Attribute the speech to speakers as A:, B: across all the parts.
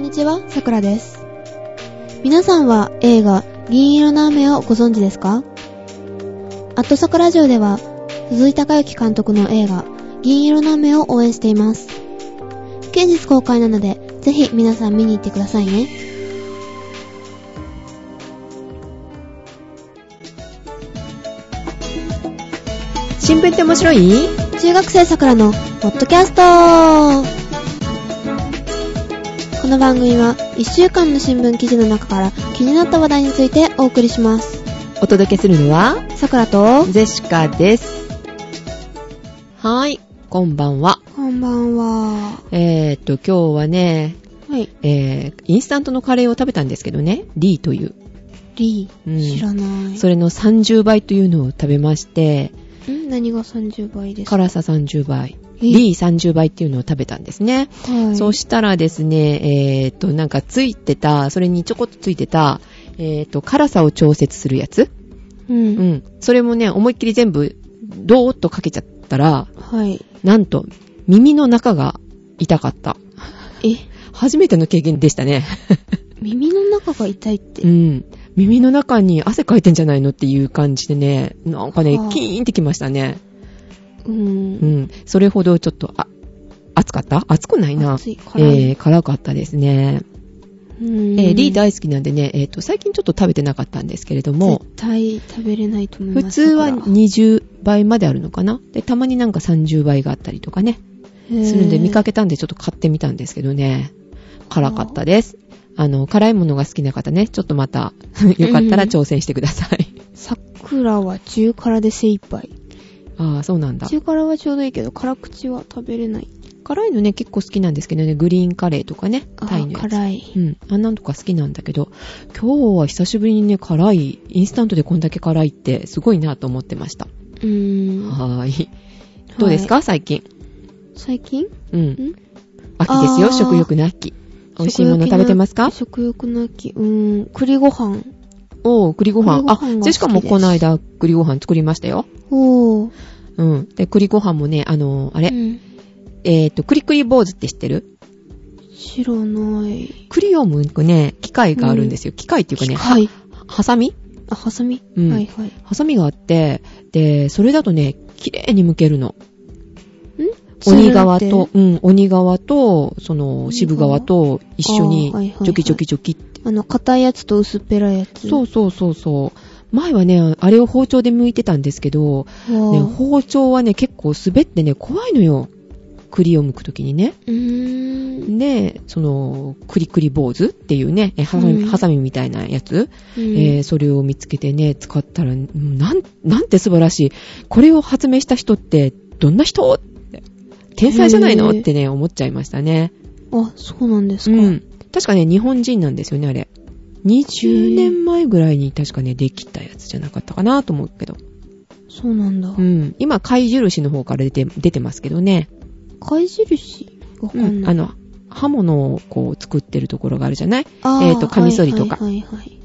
A: にちは、さくらです。皆さんは映画、銀色の雨をご存知ですかアットサクラジオでは、鈴井孝之監督の映画、銀色の雨を応援しています。近日公開なので、ぜひ皆さん見に行ってくださいね。
B: 新聞って面白い
A: 中学生さくらのポッドキャストこの番組は1週間の新聞記事の中から気になった話題についてお送りします
B: お届けするのは、
A: さくらと
B: ゼシカです。はーい、こんばんは。
A: こんばんは
B: えーっと、今日はね、
A: はい
B: えー、インスタントのカレーを食べたんですけどね、D という。
A: リー、
B: うん
A: 知らない
B: それの30倍というのを食べまして、
A: ん何が30倍ですか
B: 辛さ30倍、
A: え
B: D30 倍っていうのを食べたんですね。
A: はい
B: そしたらですね、えーっと、なんかついてた、それにちょこっとついてた、えーっと、辛さを調節するやつ。
A: うん、
B: うん。それもね、思いっきり全部、ドーッとかけちゃったら、
A: はい
B: なんと、耳の中が痛かった。
A: え
B: 初めての経験でしたね。
A: 耳の中が痛いって、
B: うん。耳の中に汗かいてんじゃないのっていう感じでね、なんかね
A: はあ、
B: キーンってきましたね。
A: うん
B: うん。それほどちょっと、あ、熱かった熱くないな。
A: 熱い辛い
B: えー、辛かったですね。
A: うん
B: えー、リー大好きなんでね、えっ、と、最近ちょっと食べてなかったんですけれども、
A: 絶対食べれないと思い
B: 普
A: ます
B: 通は
A: さくら
B: 20倍まであるのかなで、たまになんか30倍があったりとかね。するんで見かけたんでちょっと買ってみたんですけどね。辛かったです。あの、辛いものが好きな方ね、ちょっとまた、 よかったら挑戦してください。
A: さくらは中辛で精一杯。
B: ああ、そうなんだ。
A: 中辛はちょうどいいけど、辛口は食べれない。
B: 辛いのね、結構好きなんですけどね、グリーンカレーとかね、
A: あ
B: タイ
A: ー
B: のやつ。
A: 辛
B: う
A: い。
B: ん。あんなんとか好きなんだけど、今日は久しぶりにね、辛い、インスタントでこんだけ辛いって、すごいなと思ってました。
A: うーん。
B: はーい。どうですか、最近。
A: 最近
B: うん。
A: ん
B: 秋ですよ、
A: あー
B: 食欲の秋。美味しいもの食べてますか
A: 食欲なき。うーん。栗ご飯。
B: おー、栗ご飯。
A: 栗ご飯が好きで
B: あ、
A: す
B: ジェシカもこの間、栗ご飯作りましたよ。
A: おー。
B: うん。で、栗ご飯もね、あのーあれ、
A: うん。
B: えっ、と、栗栗坊主って知ってる
A: 知らない。
B: 栗を剥くね、機械があるんですよ。機械っていうかね、は
A: はい。
B: ハサミ
A: あ、ハサミ、
B: うん
A: はいはい。
B: ハサミがあって、で、それだとね、綺麗に剥けるの。
A: ん
B: 鬼側と、。うん、鬼側と、その、渋側と一緒に
A: あーはいはいは、い
B: ジョキジョキジョキって。
A: あの、硬いやつと薄っぺらいやつ。
B: そうそうそうそう。前はね、あれを包丁で剥いてたんですけど、
A: う。わ
B: ね、
A: ー
B: 包丁はね、結構滑ってね、怖いのよ。栗を剥くときにね。
A: うーん。
B: で、その、クリクリ坊主っていうね、えハサミ
A: うん
B: ハサミみたいなやつ、
A: うん
B: えーそれを見つけてね、使ったら、うんなん、なんて素晴らしい。これを発明した人って、どんな人って天才じゃないの
A: へー
B: ってね、思っちゃいましたね。
A: あ、そうなんですか。
B: うん。確かね、日本人なんですよね、あれ。20年前ぐらいに確かね、できたやつじゃなかったかなと思うけど。
A: そうなんだ。
B: うん。今、貝印の方から出て、出てますけどね。
A: 貝印わかん
B: うん。
A: な
B: あ
A: い。
B: の、刃物をこう作ってるところがあるじゃない
A: あー
B: えーとカミソリとか
A: はいはいはい。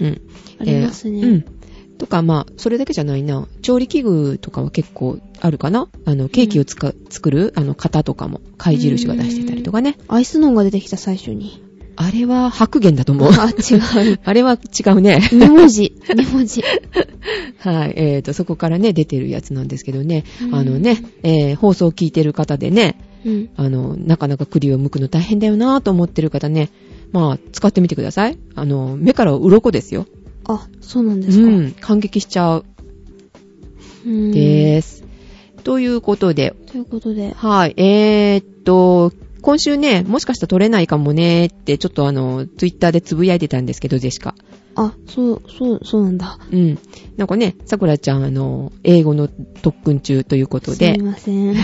B: うん。
A: ありますね。
B: えーうん。とか、まあ、それだけじゃないな。調理器具とかは結構あるかな。あの、ケーキをつか、作る、あの、型とかも、貝印が出してたりとかね。
A: アイスノンが出てきた最初に。
B: あれは白玄だと思う。
A: あ、 違う。
B: あれは違 うね。
A: 2文字。2文字。
B: はい。えーと、そこからね、出てるやつなんですけどね
A: う。ん
B: あのね、えー放送を聞いてる方でね、
A: うん。
B: あの、なかなか栗を剥くの大変だよなぁと思ってる方ね、まあ、使ってみてください。あの、目から鱗ですよ。
A: あ、そうなん
B: う
A: ですか。うん
B: ん。感激しちゃう。
A: で
B: です。ということで、
A: ということで。
B: はい。えー、っと、今週ね、もしかしたら撮れないかもねって、ちょっとあの、ツイッターでつぶやいてたんですけど、ジェシカ。
A: あ、そう、そう、そうなんだ。
B: うん。なんかね、さくらちゃん、あの、英語の特訓中ということ
A: す
B: で
A: み、ません。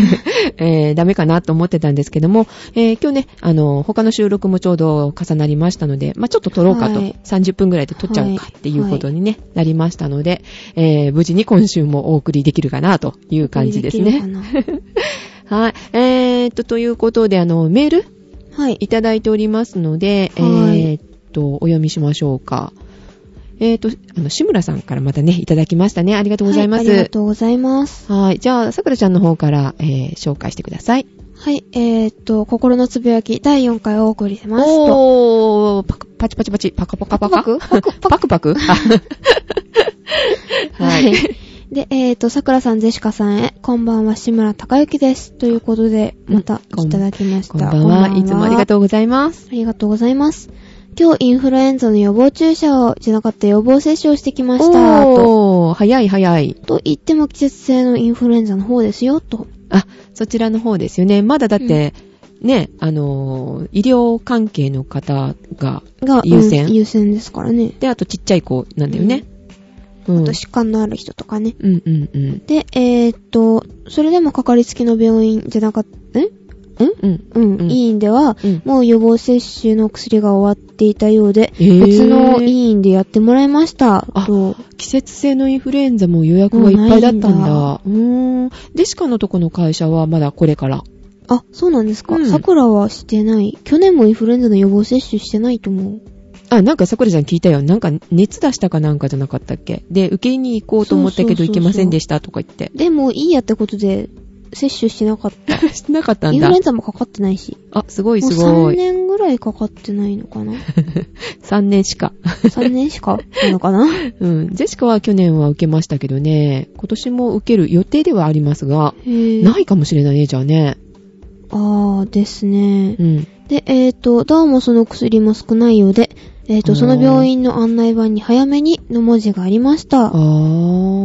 B: えー、ダメかなと思ってたんですけども、えー、今日ね、あの、他の収録もちょうど重なりましたので、まあ、ちょっと撮ろうかと、
A: はい
B: 30分ぐらいで撮っちゃおうかっていうことにね、なりましたので、えー、無事に今週もお送りできるかなという感じですね。
A: ね。
B: はい。えー、っと、ということで、あの、メール
A: はい。
B: いただいておりますので、
A: はい
B: えーっと、お読みしましょうか。えーっと、あの、志村さんからまたね、いただきましたね。ありがとうございま
A: はありが
B: す。
A: とうございます。
B: はい。じゃあ、さくらちゃんの方から、えー紹介してください。
A: はい、えー、っと、心のつぶやき第4回をお送りしますと。
B: おー、パクパチパチパチ、パカパカパカ。
A: パク
B: パク パクは
A: はい
B: い。。
A: で、えー、っと、桜さん、ゼシカさんへ、こんばんは、志村隆之です。ということで、また
B: うんこ
A: い
B: ん
A: ただきました。
B: こんばんは。いつもありが
A: う。
B: とうございます。
A: ありがとうございます。今日、インフルエンザの予防注射をしなかった予防接種をしてきました。と
B: おー、早い早い。
A: と言っても季節性のインフルエンザの方ですよ、と。
B: あ、そちらの方ですよね。まだだって、ね、あのー、医療関係の方が、
A: が、
B: 優先
A: うん優先ですからね。
B: で、あとちっちゃい子なんだよね。うん。
A: あと疾患のある人とかね。
B: うんうんうん。
A: で、えー、っと、それでもかかりつけの病院じゃなかった、ん
B: うん。
A: うん、
B: うん
A: 委員では、
B: うん
A: もう予防接種の薬が終わっていたようで、
B: へー
A: 別の委員でやってもらいました、
B: あ
A: と。
B: 季節性のインフルエンザも予約がいっぱいだったんだ。
A: もうな
B: うーん。でしかのとこの会社はまだこれから。
A: あ、そうなんですか。
B: うん
A: 桜はしてない。去年もインフルエンザの予防接種してないと思う。
B: あ、なんか桜ちゃん聞いたよ。なんか熱出したかなんかじゃなかったっけで、受けに行こうと思ったけ
A: そうそう
B: ど
A: そうそ
B: 行
A: う
B: けませんでしたとか言って。
A: でも、いいやってことで、接種してなかった。
B: してなかった
A: イ
B: ん
A: ンフ
B: だ
A: ルエ。ンザもかかってないし。
B: あ、すごい
A: もう
B: す
A: 3
B: ごい。
A: 年ぐらいかかってないの かな
B: 3年しか。
A: ?3 年しかなのかなへ
B: うん。ジェシカは去年は受けましたけどね、今年も受ける予定ではありますが、
A: ー
B: ないかもしれないね、じゃあね。
A: あーですね。
B: うん。
A: で、えーと、どうもその薬も少ないようで、えーと、
B: おー
A: その病院の案内板に早めにの文字がありました。
B: あー、う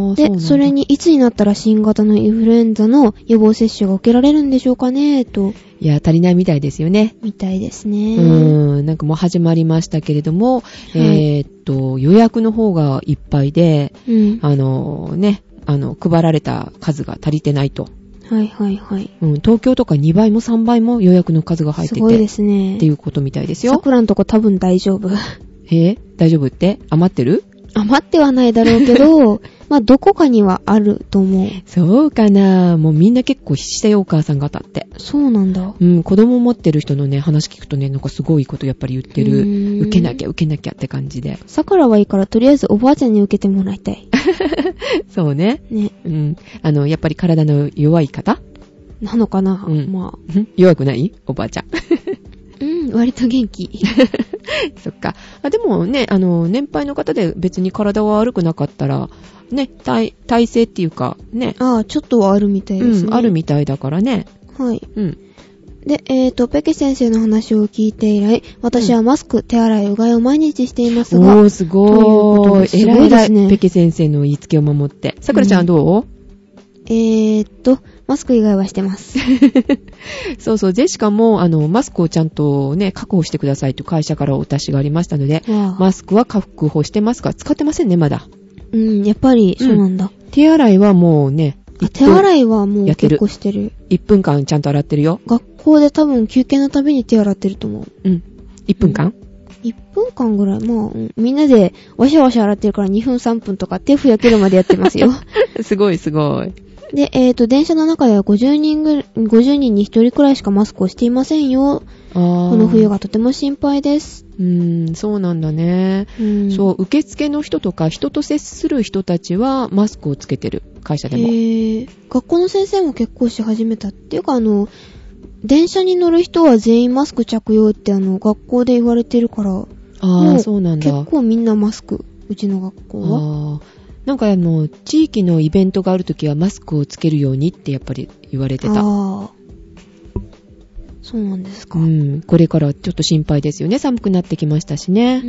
B: なん
A: で、
B: だ
A: それ。にいつになったら新型のインフルエンザの予防接種が受けられるんでしょうかね、と、
B: いや、足りないみたいですよね。
A: みたいです
B: う
A: ね。
B: ーん、なんかもう始まりましたけれども、
A: い
B: えーっと、予約の方がいっぱいで、
A: うん。
B: あのね、あの、配られた数が足りてないと。
A: はいはいはい。
B: うん、東京とか2倍も3倍も予約の数が入っ
A: す
B: て
A: ごい
B: て、
A: で
B: っ
A: すね。
B: ていうことみたいですよ。
A: 桜のとこ多分大丈夫。
B: えー大丈夫って余ってる
A: 余ってはないだろうけ ど、まあ、どこかにはあると思う。
B: そうかなもうみんな結構必死だよ、お母さん方って。
A: そうなんだ。
B: うん、子供持ってる人のね、話聞くとね、なんかすごいことやっぱり言って
A: うーん
B: る。受けなきゃ、受けなきゃって感じで。
A: 桜はいいから、とりあえずおばあちゃんに受けてもらいたい。
B: そうね。
A: ね。
B: うん。あの、やっぱり体の弱い方
A: なのかな、
B: うん
A: ま
B: ん弱くないおばあちゃん。
A: あ。うん、割と元気。
B: そっか。あでもね、あの、年配の方で別に体は悪くなかったら、ね、体、体勢っていうか、ね、
A: ああ、ちょっとはあるみたいですね。
B: うん、あるみたいだからね。
A: はい。
B: うん。
A: で、えーと、ペケ先生の話を聞いて以来、私はマスク、手洗い、うがいを毎日しています
B: お
A: が、
B: ー、すご
A: ということで
B: い。
A: す
B: えら
A: ごい
B: い
A: で
B: 偉
A: す
B: い、
A: ね
B: ペケ先生の言いつけを守って。さくらちゃんはどう、
A: えーと、マスク以外はして ます。
B: そうそう、ジェシカも、あの、マスクをちゃんとね、確保してくださいと会社からお達しがありましたので、
A: わあ
B: マスクは確保してますが、使ってませんね、まだ。
A: うん、やっぱり、そうなんだ。
B: 手洗いはもうね、
A: あ手洗いはもう
B: やってる
A: 結構してる。
B: 1分間ちゃんと洗ってるよ。
A: 学校で多分休憩のたびに手洗ってると思う。
B: うん。1分間、
A: 1分間ぐらい、まあ、うんみんなでわしゃわしゃ洗ってるから2分3分とか手ふやけるまでやって ますよ。
B: すごいすごい。
A: で、えーと、電車の中では50人ぐらい、50人に1人くらいしかマスクをしていませんよ。
B: あー
A: この冬。がとても心配です。
B: うーん、そうなんだね。
A: うん
B: そう、受付の人とか、人と接する人たちは、マスクをつけてる。会社でも。
A: へえ学校の先生も結構し始めたっていうか、あの、電車に乗る人は全員マスク着用ってあの、学校で言われてるから、
B: あ
A: も
B: あ、そうなんだ。
A: 結構みんなマスク、うちの学校は。
B: あーなんかあの、地域のイベントがあるときはマスクをつけるようにってやっぱり言われてた。
A: ああ。そうなんですか。
B: う
A: うーん。
B: ん、これからちょっと心配ですよね。寒くなってきましたしね。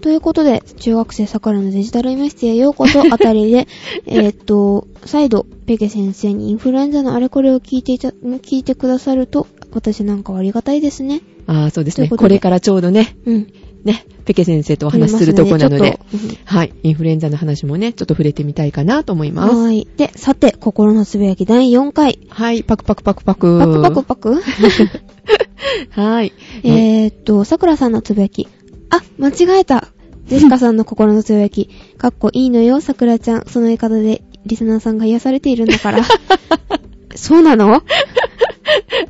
A: ということで、中学生さからのデジタルイメステへようこそ あたりで、えーっと、再度、ペケ先生にインフルエンザのあれこれを聞いていた、聞いてくださると、私なんかはありがたいですね。
B: ああ、そうです
A: という
B: ね
A: こ
B: こと
A: で
B: れからちょうどね、
A: うん。
B: ね、ペケ先生とお話しするとこなの
A: あり
B: で
A: ま、すねちょっとうん
B: はい、インフルエンザの話もね、ちょっと触れてみたいかなと思います。
A: はい。で、さて、心のつぶやき第4回。
B: はい、パクパクパクパク。
A: パクパクパ ク
B: はい。え
A: えーっと、さくらさんのつぶやき。あ、間違えた。ジェシカさんの心のつぶや き。かっこいいのよ、さくらちゃん。その言い方で、リスナーさんが癒されているんだ から。そうなの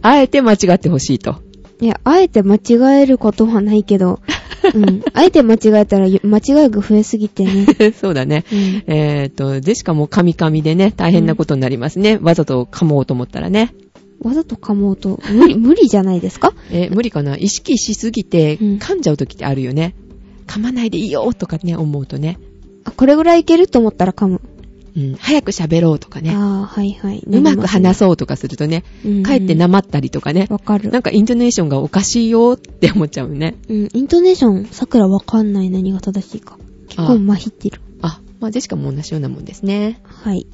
B: あえて間違ってほしいと。
A: いや、あえて間違えることはないけど。うん。あえて間違えたら、間違いが増えすぎてね。
B: そうだね。
A: うん
B: えっ、と、ジェシカもカミカミでね、大変なことになりますね。わざと噛もうと思ったらね。
A: わざと噛もうと、無理、無理じゃないですか
B: え、無理かな意識しすぎて
A: うん
B: 噛んじゃう時ってあるよね。噛まないでいいよとかね、思うとね。
A: あ、これぐらいいけると思ったら噛む。
B: うん、早く喋ろうとかね。
A: ああ、はいはい。
B: うまく話
A: す。
B: そうとかするとね、
A: うん
B: かえってなまったりとかね。
A: わかる
B: な。んかイントネーションがおかしいよって思っちゃうね。
A: うん、イントネーション、さくらわかんない何が正しいか。結構まひってる。
B: あ、まあ、ジェシカも同じようなもんですね。
A: はい。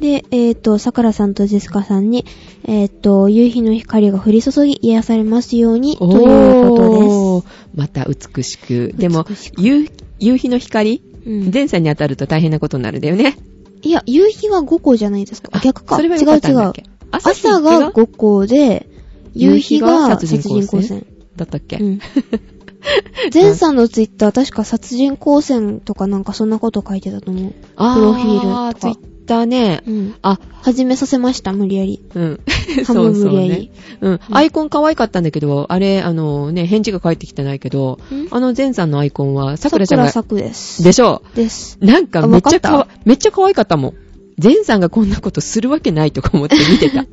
A: で、えっ、と、さくらさんとジェスカさんに、えっ、と、夕日の光が降り注ぎ癒されますように、ということ
B: おーまた美しく。でも
A: 美し、く
B: 夕夕日の光、
A: です。うん、
B: 前世に当たると大変なことになるんだよね。
A: いや、夕日が5個じゃないですか。あ
B: あ
A: 逆か。
B: それは
A: 違
B: よか
A: う
B: った
A: 違
B: んだっ
A: う
B: け。
A: 朝
B: 朝日
A: が
B: が
A: 5個で、夕
B: 夕
A: 日
B: 日
A: が
B: が
A: 殺人光線。
B: 殺人だったっけ、
A: うん。前さんのツイッター、確か殺人光線とかなんかそんなこと書いてたと思う。
B: あ
A: プロフィールとか
B: あ、ツイッターね。
A: うん。
B: あ、
A: 始めさせました、無理やり。
B: うん。
A: 半分無
B: う
A: 理や
B: ね
A: り。。
B: うん。アイコン可愛かったんだけど、あれ、あのね、返事が返ってきてないけど、
A: ん
B: あの前さんのアイコンは、さくらちゃ
A: 桜
B: んが、
A: 作です。
B: でしょ
A: です。
B: うなんかめっちゃか
A: あわ
B: わ
A: か、
B: めっちゃ可愛かったもん。前さんがこんなことするわけないとか思って 見てた。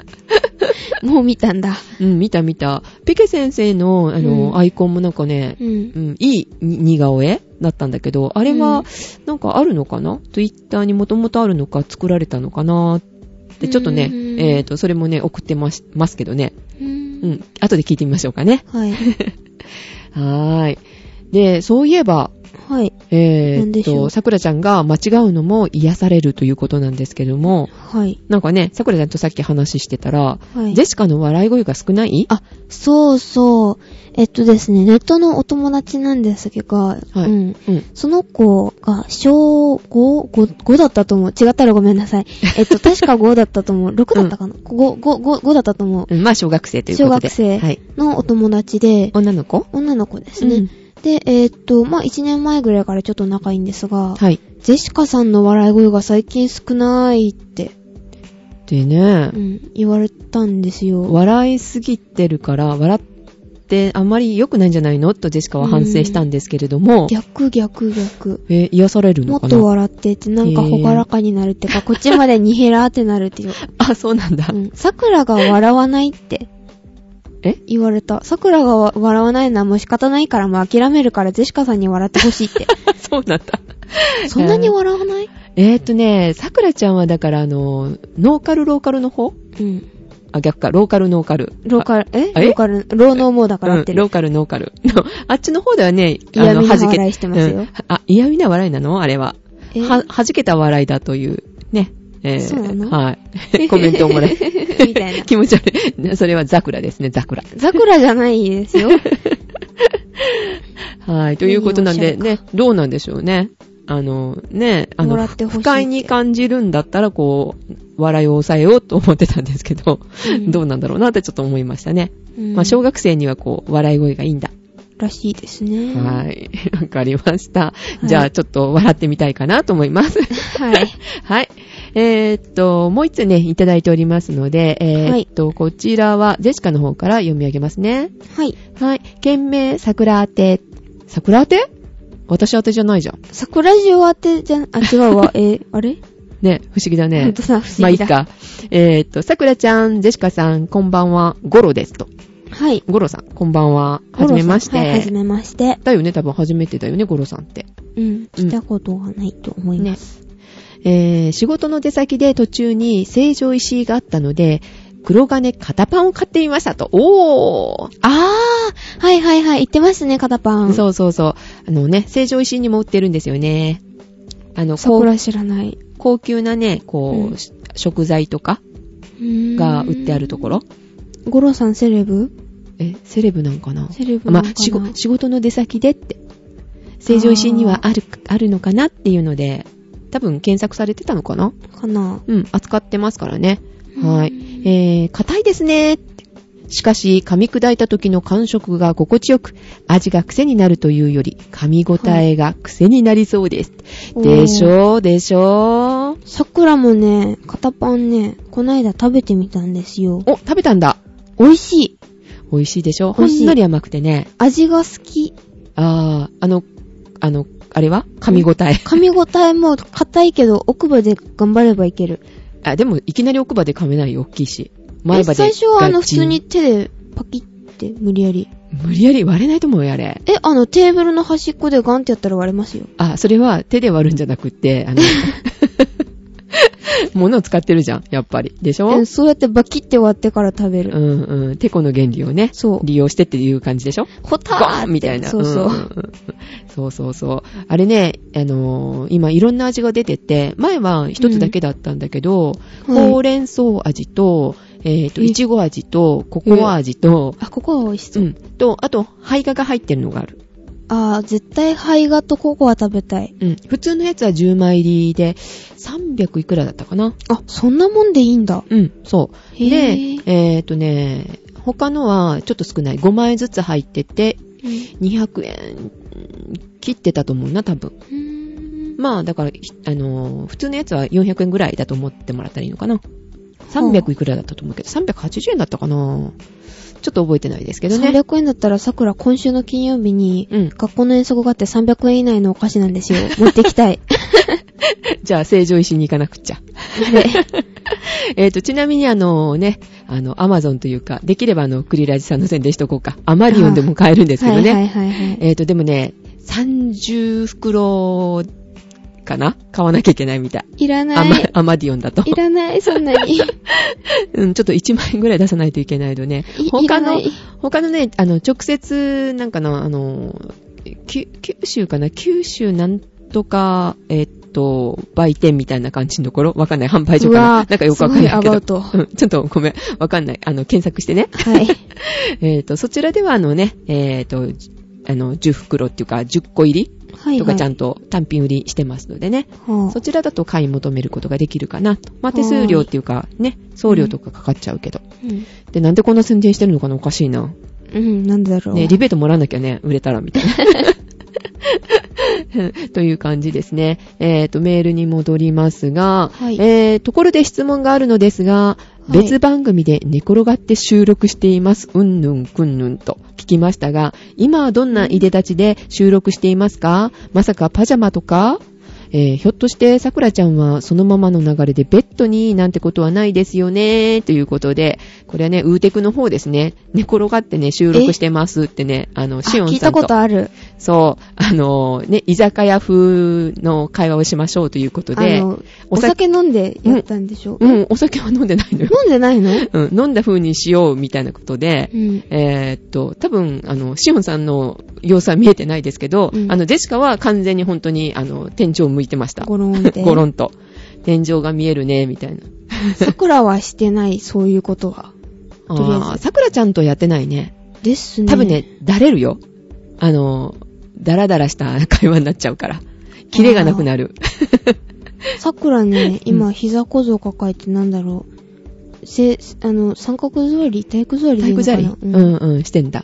A: もう見たんだ。
B: うん、見た見た。ペケ先生の、あの、
A: うん
B: アイコンもなんかね、
A: うん。
B: うん、いいに似顔絵だったんだけど、あれ
A: う
B: は
A: ん、
B: なんかあるのかな、ツイッターにもともとあるのか作られたのかなって、ちょっとね、
A: うん
B: えっ、と、それもね、送ってますますけどね。
A: う。
B: うんん、後で聞いてみましょうかね。
A: はい。
B: はーい。で、そういえば、
A: はい。
B: え
A: なんで
B: っ
A: しょう
B: と、さくらちゃんが間違うのも癒されるということなんですけども、
A: はい。
B: なんかね、さくらちゃんとさっき話してたら、
A: はい。
B: ジェシカの笑い声が少ない
A: あ、そうそう。えっとですね、ネットのお友達なんですけど、
B: はい
A: うん。
B: うん。
A: その子が小 5?5 だったと思う。違ったらごめんな さい。えっと、確か5だったと思う。6だったかな、5、5、5、5だったと思う。
B: うんまあ、小学生ということで。
A: 小学生
B: はい。
A: のお友達で、
B: 女の子
A: 女の子ですね。
B: うん
A: で、えっと、まあ、1年前ぐらいからちょっと仲いいんですが、
B: はい。
A: ジェシカさんの笑い声が最近少ないって、
B: でね
A: う、ん、言われたんですよ。
B: 笑いすぎてるから、笑ってあんまり良くないんじゃないのとジェシカは反省したんですけれども、
A: 逆逆逆。
B: えー癒される
A: も
B: の
A: っ
B: か
A: と
B: な
A: 笑ってって、なんか
B: へ
A: ほ
B: ー
A: がらかになる ってか、こっちまでにへらーってなるっていう。
B: あ、そうなんだ。
A: うん。桜が笑わないって
B: え
A: 言われた。桜がわ笑わないのはもう仕方ないからもう諦めるからジェシカさんに笑ってほしい って。
B: そうなんだ。
A: そんなに笑わない
B: えーっとね、さくらちゃんはだから、あの、ノーカルローカルの方
A: うん。
B: あ、逆か、ローカルノーカル。
A: ローカル、え
B: あ
A: ローカル、ローノーモーだから合って
B: うんロ
A: る。
B: ーカルノーカル。のあっちの方ではね、
A: 嫌味な
B: 弾
A: 笑いしてますよ
B: うんあ、嫌味な笑いなのあれは。
A: え
B: は、弾けた笑いだという、ね。えー
A: そうなの
B: はい。コメントをもらい。
A: みたいな
B: 。気持ち悪いね。それはザクラですね、ザクラ。
A: 桜じゃないですよ。
B: はい。ということなん
A: 何を
B: で、
A: おっしゃる
B: ね、どうなんでしょうね。あの、ね、あ
A: もら
B: の、
A: ってほしいっ
B: 不
A: て
B: 快に感じるんだったら、こう、笑いを抑えようと思ってたんですけど、
A: うん
B: どうなんだろうなってちょっと思いましたね。
A: うん
B: まあ、小学生にはこう、笑い声がいいんだ。
A: らしいですね。
B: はい。 わかりました。
A: い
B: じゃあ、ちょっと笑ってみたいかなと思います。
A: はい。
B: はい。えーっと、もう一つね、いただいておりますので、えーっと、こちらは、ジェシカの方から読み上げますね。
A: はい。
B: はい。県名、桜宛て。桜宛て私宛てじゃないじゃん。
A: 桜城宛てじゃん、あ、違 うわ。えーあれ
B: ね、不思議だ
A: ほん
B: ね
A: と。さ、不思
B: まあい
A: 議
B: い
A: だ。
B: か。えーっと、桜ちゃん、ジェシカさん、こんばんは。ゴロですと。
A: はい。
B: ゴロさん、こんばんは。はじめまし
A: はい、はじ
B: て。
A: めまして。
B: だよね、多分初めてだよね、ゴロさんって。
A: うん。来たことがないと思います。
B: えー仕事の出先で途中に成城石井があったので、黒金型パンを買ってみましたと。おー
A: あー、はいはいはい。言ってますね、肩パン。う。
B: そうそうそう。あのね、成城石井にも売ってるんですよね。あの、高
A: 桜知らない。
B: 高級なね、こう、
A: うん
B: し食材とかが売ってあるところ。
A: ろ。ゴロさんセレブ
B: え、セレブなんかな
A: セレブな
B: ま
A: のかな
B: あ、仕事仕事の出先でって。成城石井にはある、あるのかなっていうので、多分検索されてたのかな
A: かな。。
B: うん、扱ってますからね。はいう
A: ん
B: えー、硬いですねって。しかし、噛み砕いた時の感触が心地よく、味が癖になるというより、噛み応えが癖になりそうです。
A: おー
B: でしょう、でしょう。
A: 桜もね、肩パンね、こないだ食べてみたんですよ。
B: お、食べたんだ。
A: 美味しい。
B: 美味しいでしょ
A: 美
B: ほ
A: 味しい
B: んのり甘くてね。
A: 味が好き。
B: あー、あの、あの、あれは噛み応え。
A: 噛み応えも硬いけど、奥歯で頑張ればいける。
B: あ、でも、いきなり奥歯で噛めないよ、大きいし。前歯でガ
A: 最
B: チ
A: 初
B: ン。
A: はあの普通に手でパキって無理やり。
B: 無理やり割れないと思うよ、あれ。
A: え、あのテーブルの端っこでガンってやったら割れますよ。
B: あ、それは手で割るんじゃなくって、 あの、物を使ってるじゃん、やっぱり。でしょ
A: えそうやってバキって割ってから食べる。
B: うんうん。てこの原理をね、
A: そう。
B: 利用してっていう感じでしょ
A: ほた
B: ゴ
A: ーって
B: ンみたいな。
A: そうそう。
B: んんんそうそうそう。あれね、あのー今いろんな味が出てて、前は一つだけだったんだけど、
A: はい
B: ほうれん草味と、えっ、と、
A: え
B: いちご味と、ココア味と、
A: あ、ここは美味し
B: う
A: そう。
B: ん。と、あと、胚芽が入ってるのがある。
A: あー、絶対胚芽とココア食べたい。
B: うん。普通のやつは10枚入りで、300いくらだったかな。
A: あ、そんなもんでいいんだ。
B: うん、そう。
A: へ
B: で
A: ー、
B: えっ、とね、他のはちょっと少ない。5枚ずつ入ってて、200円切ってたと思うな、多分。
A: うん
B: まあ、だから、ひあのー普通のやつは400円ぐらいだと思ってもらったらいいのかな。300いくらだったと思うけど、380円だったかな。ちょっと覚えてないですけどね。
A: 300円だったらさくら今週の金曜日に、
B: うん。
A: 学校の遠足があって300円以内のお菓子なんですよ。持ってきた い。
B: じゃあ、成城石井に行かなくっちゃ。 えっと、ちなみにあのね、あの、アマゾンというか、できればあの、クリラジさんの宣伝しとこうか。アマリオンでも買えるんですけど
A: は
B: ね。
A: いはいはいはい。
B: えっと、でもね、30袋かな買わなきゃいけないみたい。
A: いら
B: アマ
A: ない。
B: アマディオンだと。
A: いらない、そんな に。
B: うん、ちょっと1万円ぐらい出さないといけないのね
A: い。い
B: 他
A: らな
B: の
A: い、
B: 他のね、あの、直接、なんかな、あの、き九州かな九州なんとか、えっと、売店みたいな感じのところわかんない。販売所か
A: う
B: なな
A: わ
B: んかよくわかんないけ
A: すごいアバ
B: ど
A: ウト。
B: うん、ちょっとごめん。わかんない。あの、検索してね。
A: はい。
B: えっと、そちらではあのね、えっと、あの、10袋っていうか、10個入り
A: はい。
B: とかちゃ
A: ん
B: んと単品売りしてますのでね。
A: は
B: そちらだと買い求めることができるかなと。まあ、手数料っていうか、ね、送料とかかかっちゃうけど。
A: あうん。
B: で、なんでこんな宣伝してるのかなおかしいな。
A: うん、なんだろう。
B: ね、リベートもらわなきゃね、売れたら、みたいな。 という感じですね。えっ、と、メールに戻りますが、
A: はい
B: えー、ところで質問があるのですが、
A: い
B: 別番組で寝転がって収録しています。うんぬんくんぬんと聞きましたが、今はどんないでたちで収録していますかまさかパジャマとかえーひょっとして、さくらちゃんはそのままの流れでベッドになんてことはないですよねということで、これはね、ウーテクの方ですね。寝転がってね、収録してますってね、あの、
A: あ
B: シオン
A: 聞いた
B: さんと。
A: ことある。
B: そう、あのーね、居酒屋風の会話をしましょうということ
A: あ
B: で、
A: の、お酒飲んでやったんでしょ
B: う
A: 飲
B: ん、お酒は飲んでないのよ。
A: んでないの
B: うん、飲んだ風にしようみたいなことで、
A: うん。
B: えーっと、多分、あの、シオンさんの様子は見えてないですけど、
A: うん
B: あの、ジェシカは完全に本当に、あの、天井を向いてました。
A: ゴロンで。
B: ゴロンと。天井が見えるね、みたいな。
A: 桜はしてない、そういうことは。とりあえず
B: あーさくらちゃんとやってないね。
A: ですね。
B: 多分。ね、だれるよ。あの、だらだらした会話になっちゃうから。キレがなくなる。
A: 桜ね、今、膝小僧抱えてなんだろう。せ、あの、三角座り体育座りで
B: 体
A: いい
B: 育
A: の
B: 座
A: か
B: り
A: な
B: うんうん、してんだ。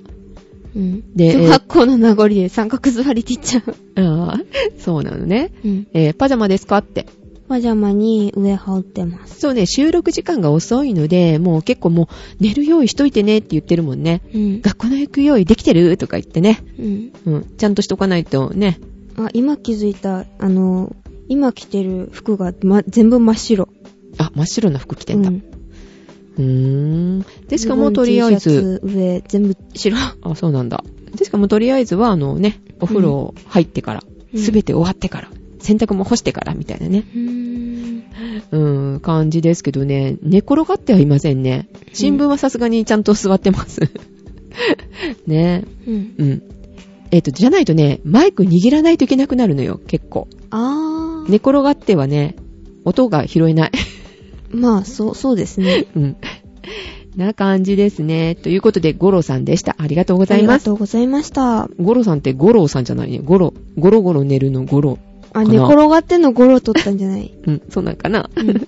A: うん。うん。
B: で
A: 小学校の名残で三角座りって言っちゃう。
B: ああ、そうなのね。
A: うん。
B: えーパジャマですかって。
A: パジャマに上羽織ってます。
B: そうね、収録時間が遅いので、もう結構もう、寝る用意しといてねって言ってるもんね。
A: うん。
B: 学校の行く用意できてるとか言ってね。
A: うん。
B: うん、ちゃんとしとかないとね。
A: あ、今気づいた、あの、今着てる服が、ま、全部真っ白。
B: あ、真っ白な服着てんだ。
A: う
B: うんーん。でしかもとりあえず、。
A: ズボン T シャツ上、全部白。
B: あ、そうなんだ。でしかもとりあえずは、あのね、お風呂入ってから
A: う、ん
B: すべ、て終わってから、洗濯も干してから、みたいなね、
A: うーん。
B: うん、感じですけどね、寝転がってはいませんね。新聞はさすがにちゃんと座ってます。 ね
A: うん。
B: うん。えっ、と、じゃないとね、マイク握らないといけなくなるのよ、結構。
A: あー。
B: 寝転がってはね、音が拾えない。
A: まあ、そう、そうですね。
B: うん。な感じですね。ということで、ゴロさんでした。ありがとうござい
A: あり
B: ま
A: が
B: す。
A: とうございました。
B: ゴロさんってゴロさんじゃないね。ゴロ、ゴロゴロ寝るのゴロ。
A: あ、
B: な
A: 寝転がってんのゴロ取ったんじゃない、
B: うん、 そうなんかな。
A: うん、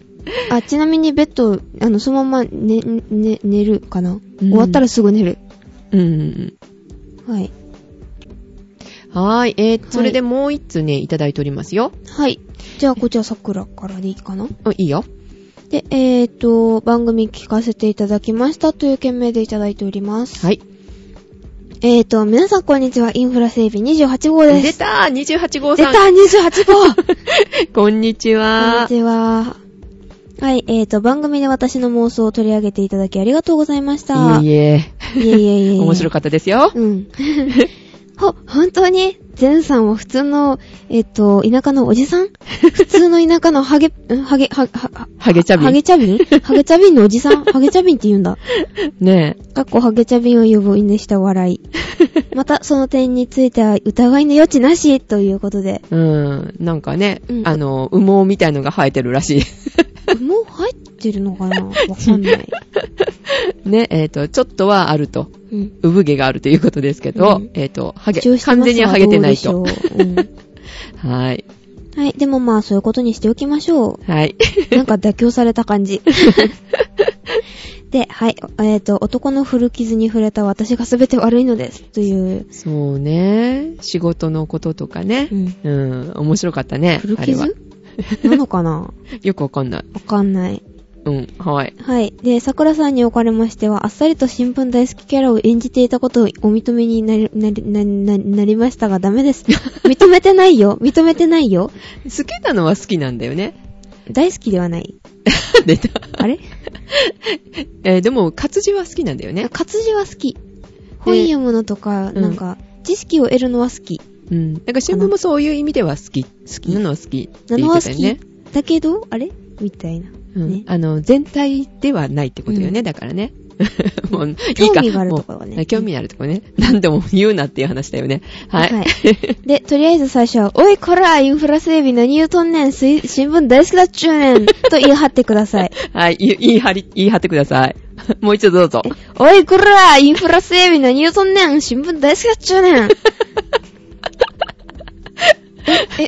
A: あ、ちなみにベッド、あの、そのまま寝、寝、寝るかな、終わったらすぐ寝る。
B: うんうん
A: はい。
B: うん。はーい。えー
A: い
B: それでもう一通ね、いただいておりますよ。
A: はい。じゃあ、こちら桜からでいいかな
B: あいいよ。
A: で、えーと、番組聞かせていただきましたという件名でいただいております。
B: はい。
A: えーと、皆さんこんにちは。インフラ整備28号です。
B: 出たー !28 号
A: 出
B: さん
A: た !28 号こんに
B: こんにちは
A: ちは。はい、えーと、番組で私の妄想を取り上げていただきありがとうございました。
B: いえい
A: いえ
B: え。
A: いえいえいえ。
B: 面白かったですよ。
A: うん。 ほ、本当にゼンさんは普通の、えっと、田舎のおじさん普通の田舎のハゲ、んハゲ、ハゲ、ハ
B: ハゲチャビン
A: ハゲチャビンハゲチャビンのおじさんハゲチャビンって言うんだ。
B: ねえ。
A: かっこハゲチャビンを呼ぶ犬した笑 い。また、その点については疑いの余地なしということで。
B: うん。なんかね、
A: うん
B: あの、羽毛みたいのが生えてるら しい。
A: もう入ってるのかなわかん ない。
B: ね、えっ、と、ちょっとはあると。
A: うん。
B: 産毛があるということですけど、
A: うん
B: えっ、と、ハゲ、
A: 主張してます
B: 完全にはハゲてない
A: ど
B: と
A: う。でしょううん
B: はい。
A: はい。でもまあ、そういうことにしておきましょう。
B: はい。
A: なんか妥協された感じ。で、はい、えっ、と、男の古傷に触れた私が全て悪いのです。という。
B: そうね。仕事のこととかね
A: う。ん。
B: うん、面白かったね。
A: 古
B: あれは
A: 傷。なのかな
B: よくわかんない。
A: わかんない。
B: うん、はい。
A: はい。で、桜さんにおかれましては、あっさりと新聞大好きキャラを演じていたことをお認めになり、なり、な、な、なりましたが、ダメ です。認めてないよ。認めてないよ。
B: 好きなのは好きなんだよね。
A: 大好きではない。
B: 出た。
A: あれ
B: えーでも、活字は好きなんだよね。
A: 活字は好き。本読むのとか、
B: うん
A: なんか、知識を得るのは好き。
B: うん。なんか新聞もそういう意味では好き。好
A: き
B: なのは好き。って
A: な
B: 言
A: の
B: っ
A: は
B: てた
A: 好
B: よ
A: き
B: ね。
A: だけど、あれみたいな。
B: うん
A: ね
B: あの、全体ではないってことよね、だからね。 もう、いい
A: 興
B: か。
A: 味があるところはね
B: もう興味のあるところね。何度も言うなっていう話だよね。はい。
A: で、とりあえず最初は、おいこらインフラ整備何言うとんねん水新聞大好きだっちゅうねんと言い張ってください。
B: はい、言い言い張り、言い張ってください。 もう一度どうぞ。
A: おいこらインフラ整備何言うとんねん新聞大好きだっちゅうねんえ、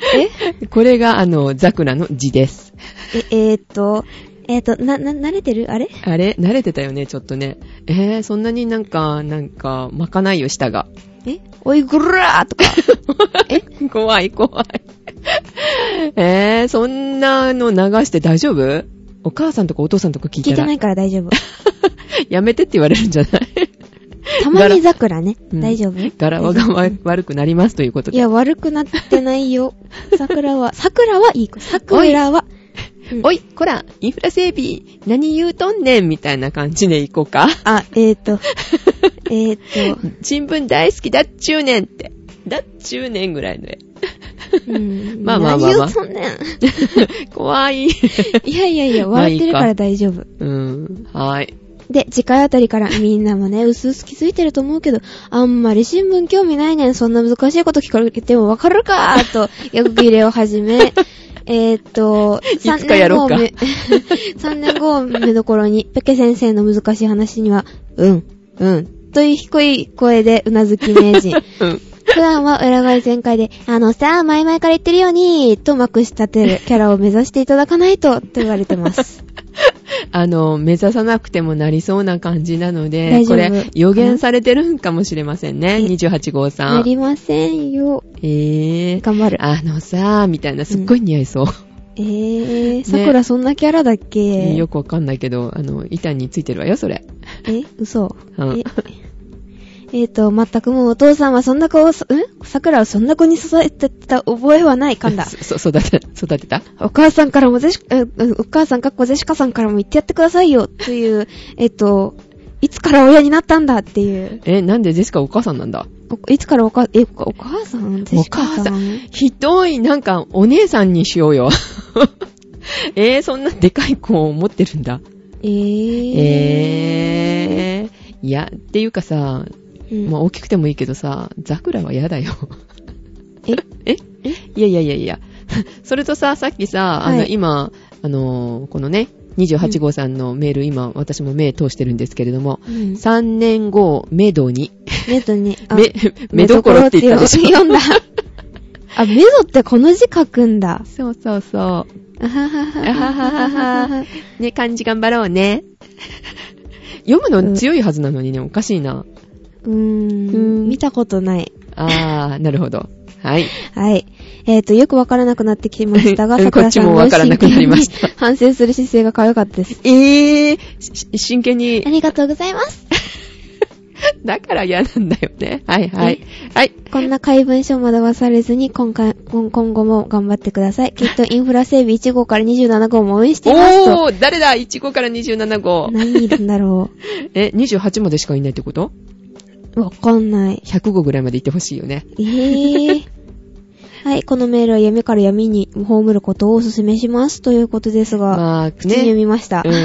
A: え、
B: これが、あの、ザクラの字です。
A: え、え、えーっと、えーっと、な、な、慣れてるあれ
B: あれ慣れてたよね、ちょっとね。えー、そんなになんか、なんか、巻かないよ、舌が。
A: えおいこらとか。え
B: 怖い、怖い。えー、そんなの流して大丈夫お母さんとかお父さんとか聞いた
A: 聞い
B: ら。
A: てないから大丈夫。
B: やめてって言われるんじゃない
A: たまに桜ね。
B: うん
A: 大丈夫
B: 柄はがわ悪くなりますということ
A: い
B: で。
A: や、悪くなってないよ。桜は、桜はいい子。桜は。うん
B: おい、こら、インフラ整備、何言うとんねんみたいな感じで行こうか。
A: あ、えーっと、えーっと、
B: 新聞大好きだっちゅうねんって。だっちゅうねんぐらいの絵。
A: うん
B: まあまあまあまあ
A: 何をそんねん。
B: 怖い。
A: いやいやいや、
B: まあ
A: 笑ってるか
B: い
A: ら
B: い
A: 大丈夫。
B: うん。はい。
A: で、次回あたりからみんなもね、う すうす気づいてると思うけど、あんまり新聞興味ないねん、そんな難しいこと聞かれてもわかるかと、逆切れを始 め、えーっと、
B: いつかやろうか
A: 3年後をめ 三年後を目どころに、ペケ先生の難しい話には、うん、うん、という低い声でうなずき名 人。
B: うん。
A: 普段は裏返全開で、あのさあ、前々から言ってるように、とまくし立てるキャラを目指していただかないと、と言われて ます。
B: あの、目指さなくてもなりそうな感じなので
A: 大、丈
B: こ
A: 夫
B: れ予言されてるんかもしれませんね。
A: え
B: 28号さ。
A: なんりませんよ。
B: えー。
A: 頑張る。
B: あのさ、みたいな、すっごい似合いそう。
A: えー、さくらそんなキャラだっけ、
B: よくわかんないけど、あの、板についてるわよ、それ。
A: え、嘘。
B: うん
A: ええーと、まったくもうお父さんはそんな子を、んさくらをそんな子に育てた覚えはない、かんだ。
B: そ、そ育て、育てた
A: お母さんからもぜし、えうんお母さんかっこゼシカさんからも言ってやってくださいよ、という、えっ、と、いつから親になったんだっていう。
B: え、なんでジェシカお母さんなんだ
A: おいつからおか、え、おお母さんジェシカさん
B: お母さひどい、なんか、お姉さんにしようよ。 えー、そんなでかい子を持ってるんだ。
A: えー。
B: えー。いや、っていうかさ、
A: うん
B: まあ、大きくてもいいけどさ、ザクラは嫌だよ。
A: え
B: えいやいやいやいや。 それとさ、さっきさ、あの、
A: はい
B: 今、あのー、このね、28号さんのメール、今、私も目通してるんですけれども、
A: うん。
B: 3年後、目処に、
A: 目とね、あ
B: 目、目どころって言ったでしょ。
A: 読んだ。あ、目処ってこの字書くんだ。
B: そうそうそ
A: あはは
B: う。
A: は
B: あははは
A: は
B: は。ね、漢字頑張ろうね。読むの強いはずなのにね、おかしいな。
A: うーん、
B: ん
A: 見たことない。
B: あー、なるほど。 はい。
A: はい。えっ、と、よくわからなくなってきました が、
B: うん
A: 桜さんの
B: こっちもわからなくなりました
A: 真剣に 反省する姿勢が可愛かったです。
B: えー、し真剣に
A: ありがとうございます。
B: だから嫌なんだよね。はいはい。はい。
A: こんな怪文書を惑わされずに今回、今今後も頑張ってくだ さい。きっとインフラ整備1号から27号も応援していますと。
B: おー、誰だ ?1 号から27号。
A: 何人いるんだろ
B: え、28までしかいないってこと
A: う。わかんない。
B: 100号ぐらいまで行ってほしいよね。
A: え ー。はい、このメールは闇から闇に葬ることをお勧めしますということですが、
B: まあ、
A: 普通に読みました。
B: うん。だ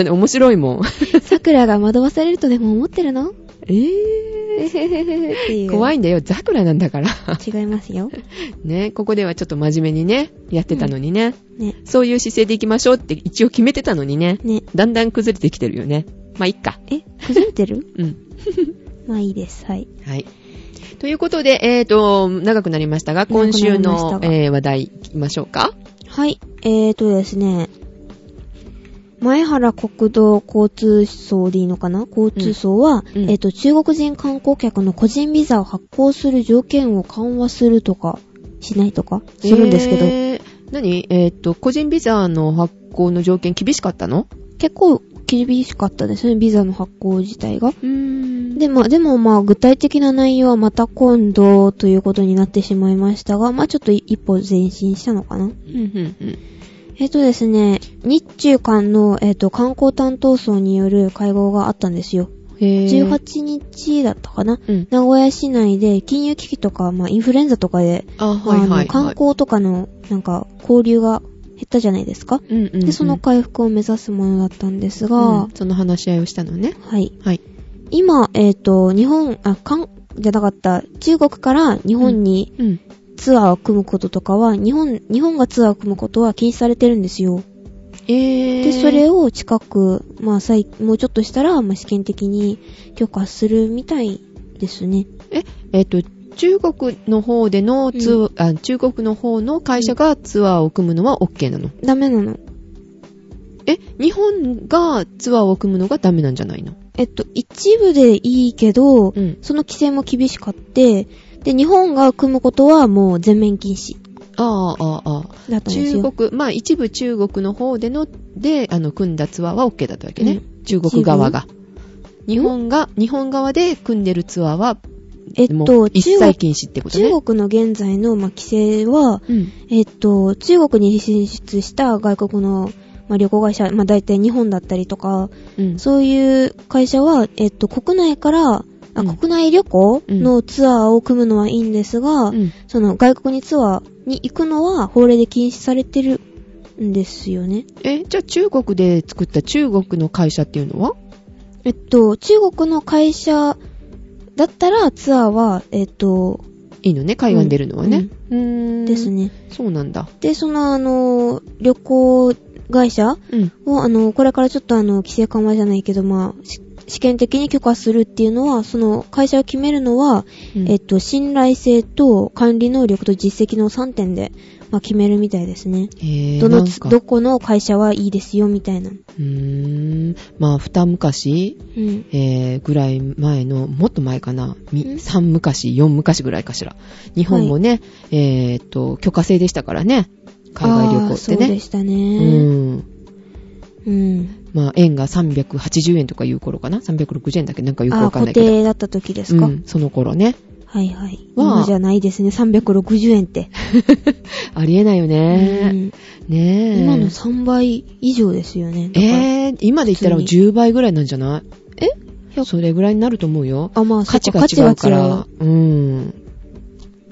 B: って面白いもん。
A: 桜が惑わされるとでも思ってるの
B: え
A: ってい
B: え
A: う。
B: 怖
A: い。
B: いんだよ。ザクラなんだから。
A: 違いますよ。
B: ね、ここではちょっと真面目にね、やってたのにね。
A: ね。
B: そういう姿勢で行きましょうって一応決めてたのにね。
A: ね。
B: だんだん崩れてきてるよね。まあ、いっか。
A: え、崩れて る
B: うん。
A: まあいいです。はい。
B: はい。ということで、えーと、長くなりましたが、
A: 長くなりま
B: 今
A: したが
B: 週の、えー話題行きましょうか。
A: はい。えーとですね。前原国土交通省でいいのかな交通省は、
B: うんうん
A: えっ、と、中国人観光客の個人ビザを発行する条件を緩和するとか、しないとか、するんですけど、
B: えー何えーと、個人ビザの発行の条件厳しかったの
A: 結構厳しかったですね、ビザの発行自体が。
B: うーん
A: で、まあ、でもまあ、具体的な内容はまた今度ということになってしまいましたが、まあ、ちょっと一歩前進したのかな。
B: うんうんうん。
A: えっとですね、日中間の、えっと観光担当層による会合があったんですよ。
B: へー
A: 18日だったかな、
B: うん。
A: 名古屋市内で金融危機とか、まあ、インフルエンザとかで、
B: あ、はいはい、
A: あ
B: は
A: の
B: い。
A: 観光とかのなんか交流が減ったじゃないですか。
B: うんうんうん、
A: で、その回復を目指すものだったんですが、
B: うんその話し合いをしたのね。
A: はい。
B: はい。
A: 今、えっ、と、日本、あ、韓、じゃなかった、中国から日本に
B: うん。
A: ツアーを組むこととかは、日本、日本がツアーを組むことは禁止されてるんですよ。
B: えー、
A: で、それを近く、まあ、さいもうちょっとしたら、まあ、試験的に許可するみたいですね。
B: え、えっ、と、中国の方でのツアー、あ、中国の方の会社がツアーを組むのは OK なの。
A: ダメなの。
B: え、日本がツアーを組むのがダメなんじゃないの
A: えっと、一部でいいけど、
B: うん。
A: その規制も厳しかって、で、日本が組むことはもう全面禁止
B: ああ、ああ、あ
A: だっ
B: あ。
A: たんですよ。
B: 中国、まあ一部中国の方での、で、あの、組んだツアーは OK だったわけね。
A: う
B: 中
A: 一部
B: 国側が。日本が、日本側で組んでるツアーは、
A: えっ
B: も
A: と、
B: う一
A: 中
B: 切
A: 国
B: 禁止ってことね。
A: 中国の現在の、まあ、規制は、
B: うん。
A: えっと、中国に進出した外国の、まあ、旅行会社、まあ、大体日本だったりとか、
B: うん。
A: そういう会社は、えっと、国内から、あ
B: うん
A: 国内旅行のツアーを組むのはいいんですが、
B: うん
A: その外国にツアーに行くのは法令で禁止されてるんですよね。
B: え、じゃあ中国で作った中国の会社っていうのは
A: えっと、中国の会社だったらツアーは、えっと、
B: いいのね、海岸出るのはね。うーん
A: です。ね。
B: そうなんだ。
A: で、その、あの、旅行会社
B: うん。
A: を、あの、これからちょっとあの、規制緩和じゃないけど、まあ、し試験的に許可するっていうのは、その会社を決めるのは、えっと、信頼性と管理能力と実績の3点で、まあ、決めるみたいですね。
B: へー
A: どの
B: なん
A: つ、
B: か
A: どこの会社はいいですよ、みたいな。
B: うーん。まあ、二昔、
A: うん。
B: えー、ぐらい前の、もっと前かな。
A: うん
B: み三昔、四昔ぐらいかしら。日本もね、えーっと、許可制でしたからね。海外旅
A: あー
B: 行って
A: そうで
B: ね。
A: した
B: う
A: ね。
B: ん。
A: うん。
B: まあ、円が380円とかいう頃かな。360円だっけなんかよく
A: あ
B: わ
A: あー、
B: かんな
A: 固
B: いけど。
A: 定だった時ですか。
B: うん、その頃ね。
A: はいはい。
B: は
A: 今じゃないですね。360円って。
B: ありえないよ
A: う
B: ね。
A: ん
B: ねえ。
A: 今の3倍以上ですよね。だから
B: えー、今で言ったら
A: 普通
B: 10倍ぐらいなんじゃない
A: え100
B: それぐらいになると思うよ。
A: あ、まあ、
B: 価値
A: そ
B: が
A: っ
B: 違うから。う
A: う
B: ん。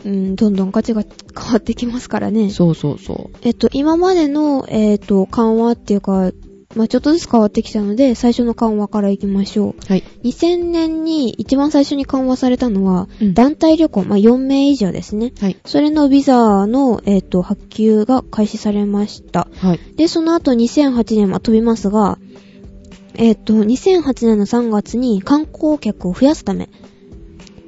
A: うん、どんどん価値が変わってきますからね。
B: そうそうそう。
A: えっと、今までの、えっと、緩和っていうか、まあ、ちょっとずつ変わってきたので、最初の緩和からいきましょ
B: はい。
A: う。2000年に一番最初に緩和されたのは、
B: うん
A: 団体旅行、まあ、4名以上ですね。
B: はい。
A: それのビザの、えっと、発給が開始されました。
B: はい。
A: で、その後2008年は飛びますが、えっ、と、2008年の3月に観光客を増やすため、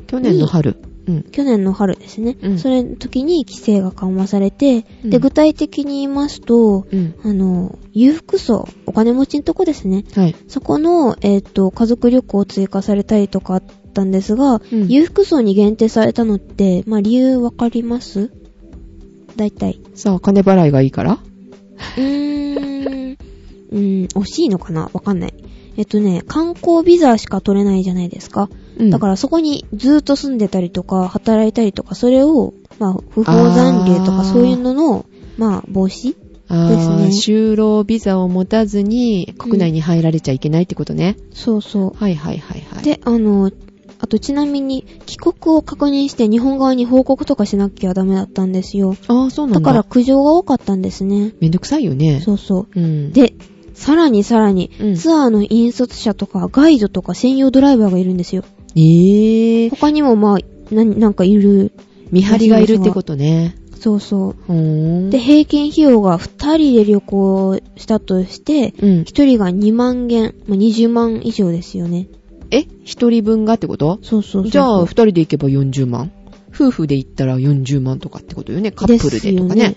B: 去年の春。うん。
A: 去年の春ですね、
B: うん
A: それの時に規制が緩和されて、
B: うん
A: で、具体的に言いますと、
B: うん。
A: あの、裕福層、お金持ちのとこですね。
B: はい。
A: そこの、えっ、と、家族旅行を追加されたりとかあったんですが、
B: うん
A: 裕福層に限定されたのって、まあ、理由わかります大体。
B: さあ、金払いがいいから
A: う ーん、うん、惜しいのかなわかんない。えっとね、観光ビザしか取れないじゃないですか。
B: うん
A: だからそこにずっと住んでたりとか、働いたりとか、それを、まあ、不法残留と
B: あ
A: か
B: ー
A: そういうのの、まあ、防止
B: あー
A: ですね
B: 就労ビザを持たずに国内に入られちゃいけないってことね。
A: そうそ
B: はいはいはいは
A: う。
B: い。
A: で、あの、あとちなみに、帰国を確認して日本側に報告とかしなきゃダメだったんですよ。
B: ああ、そうな
A: だ
B: ん
A: か
B: だ。
A: ら苦情が多かったんですね。
B: めんどくさいよね。。
A: そうそうう。、
B: ん。
A: で、さらにさらに、
B: うん
A: ツアーの引率者とかガイドとか専用ドライバーがいるんですよ。
B: えー、
A: 他にもまあ、な、なんかいる。
B: 見張りがいるってことね。
A: そうそう。
B: ほーん。
A: で、、平均費用が2人で旅行したとして、
B: うん
A: 1。人が2万元、まあ、20万以上ですよね。
B: え一人分がってこと
A: そうそうそう。
B: じゃあ、二人で行けば40万夫婦で行ったら40万とかってことよね。カップルでとかね。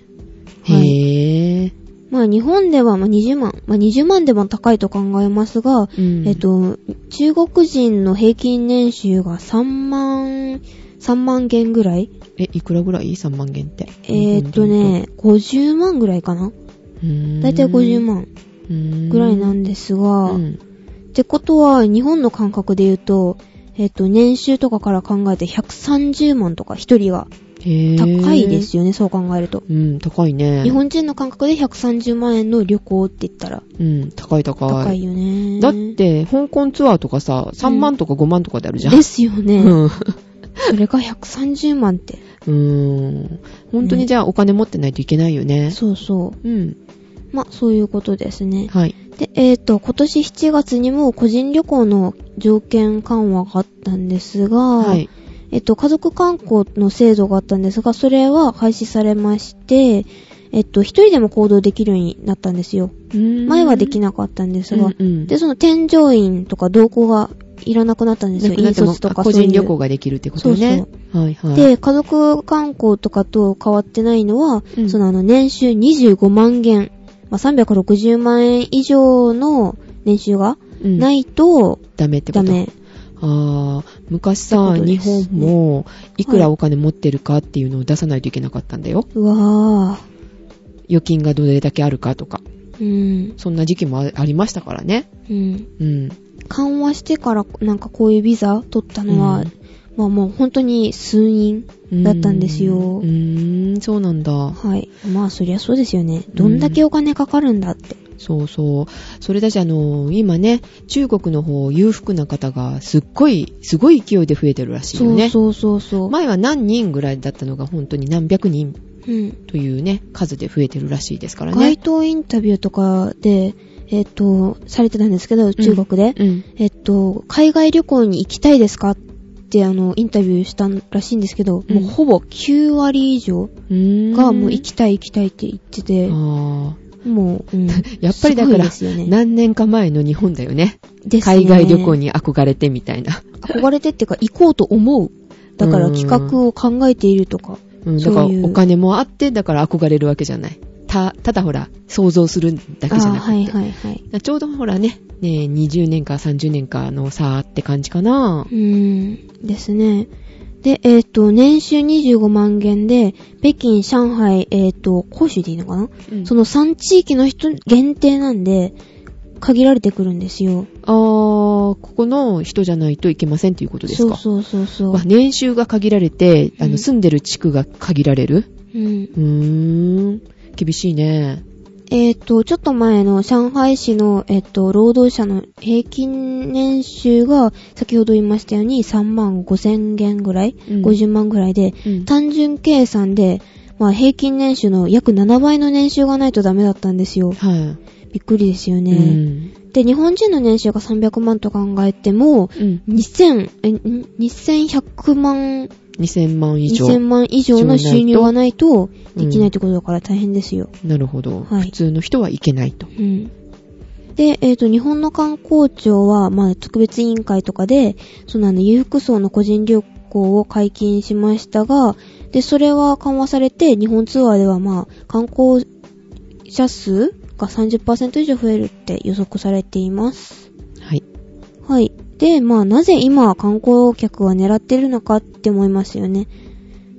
A: すよね
B: へぇー。
A: まあ、日本ではまあ20万、まあ、20万でも高いと考えますが、
B: うん
A: えっ、と、中国人の平均年収が3万、3万元ぐらい
B: え、いくらぐらい ?3 万元って。
A: えーっとね、50万ぐらいかな
B: うーん、
A: だいたい50万ぐらいなん
B: で
A: ですが、
B: うん。
A: ってことは、日本の感覚で言うと、えっ、と、年収とかから考えて130万とか一人が
B: へぇー。
A: 高いで。すよね、そう考えると。
B: うん、高いね。
A: 日本人の感覚で130万円の旅行って言ったら
B: うん、高い高い。
A: 高いよね。
B: だっ、て、香港ツアーとかさ、3万とか5万とかであるじゃん。
A: ですよね。
B: うん。う
A: それが130万って。
B: ーん。本当にじゃあお金持ってないといけないよね。
A: そうそう。
B: うん。
A: まあ、そういうことですね。
B: はい。
A: で、えっ、と、今年7月にも個人旅行の条件緩和があったんですが、
B: はい。
A: えっと、家族観光の制度があったんですが、それは廃止されまして、えっと、一人でも行動できるようになったんですよ。前
B: 前
A: はでき
B: い
A: なかったんですが、
B: うんうん
A: で、その添乗員とか同行がいらなくなったんですよ。
B: なくな
A: 引
B: っても
A: 率とか
B: 個
A: そういう
B: 人旅行ができるってことね。はいはい。、
A: で、家族観光とかと変わってないのは、
B: うん
A: そのあの、年収25万元、まあ、360万円以上の年収が
B: うん、
A: ないいと
B: ダメってこ
A: ダ
B: と。
A: メ。
B: ああ、昔
A: っ
B: さ、
A: てこと
B: 日
A: ですね
B: 本もいくらお金持ってるかっていうのを出さないといけなかったんだよ。
A: うわ
B: 預金がどれだけあるかとか。
A: ぁ。うん。
B: そんな時期もあありましたからね。
A: うん。
B: うん。
A: 緩和してからなんかこういうビザ取ったのは、
B: うん
A: まあもう本当に数人。だったんですよ
B: うーん、そうなんだ。
A: はい。まあそりゃそうですよね。どんだけお金かかるんだって。
B: そうそう。それだし、あの、今ね、中国の方、裕福な方がすっごい、すごい勢いで増えてるらしいよ
A: そ
B: ね。
A: うそうそうそう。
B: 前は何人ぐらいだったのが本当に何百人
A: うん。
B: というね、数で増えてるらしいですからね
A: 街。頭インタビューとかで、えっ、と、されてたんですけど、中国で。
B: うん。
A: えっと、海外旅行に行きたいですかって、あの、インタビューしたらしいんですけど、
B: うん
A: もうほぼ9割以上がもう行きたい行きたいって言ってて、
B: あ
A: もう、うん
B: やっぱりだから
A: すごいですよ
B: ー
A: ね。
B: 何年か前の日本だよね。
A: ですね
B: 海外旅行に憧れてみたいな。
A: 憧れてってか行こうと思う。だから
B: うん
A: 企画を考えているとか。
B: うん、だ
A: そう
B: から
A: いう
B: お金もあって、だから憧れるわけじゃない。た、ただほら、想像するだけじゃなくて。
A: はいはいはい。
B: ちょうどほらね、ね20年か30年かの差って感じかな
A: う。ーん、ですね。で、えっ、と、年収25万元で、北京、上海、えっ、と、広州でいいのかな、
B: うん
A: その3地域の人限定なんで、限られてくるんですよ。
B: あー、ここの人じゃないといけませんということです
A: そう
B: か。
A: そうそうそう
B: わ。年収が限られて、あ
A: う
B: の、
A: ん
B: 住んでる地区が限られる
A: うん
B: うーん。厳しいね。
A: えっ、と、ちょっと前の上海市の、えっ、と、労働者の平均年収が、先ほど言いましたように3万5千元ぐらい、
B: うん
A: 50万ぐらいで、
B: うん
A: 単純計算で、まあ、平均年収の約7倍の年収がないとダメだったんですよ。
B: は
A: びっくりですよ
B: い。
A: ね。で、日本人の年収が300万と考えても、
B: うん。うん。
A: 2000、え、ん2100万、
B: 2000万以上。
A: 2000万以上の収入がないと、できないってことだから大変ですよ。
B: なるほど、
A: はい
B: 普通の人はいけないと。
A: うん。で、えっ、と、日本の観光庁は、まあ、特別委員会とかで、そのあの、裕福層の個人旅行を解禁しましたが、で、それは緩和されて、日本ツアーでは、まあ、観光者数が30%以上増えるって予測されています。
B: はい。
A: はい。で、まあ、なぜ今観光客は狙ってるのかって思いますよね。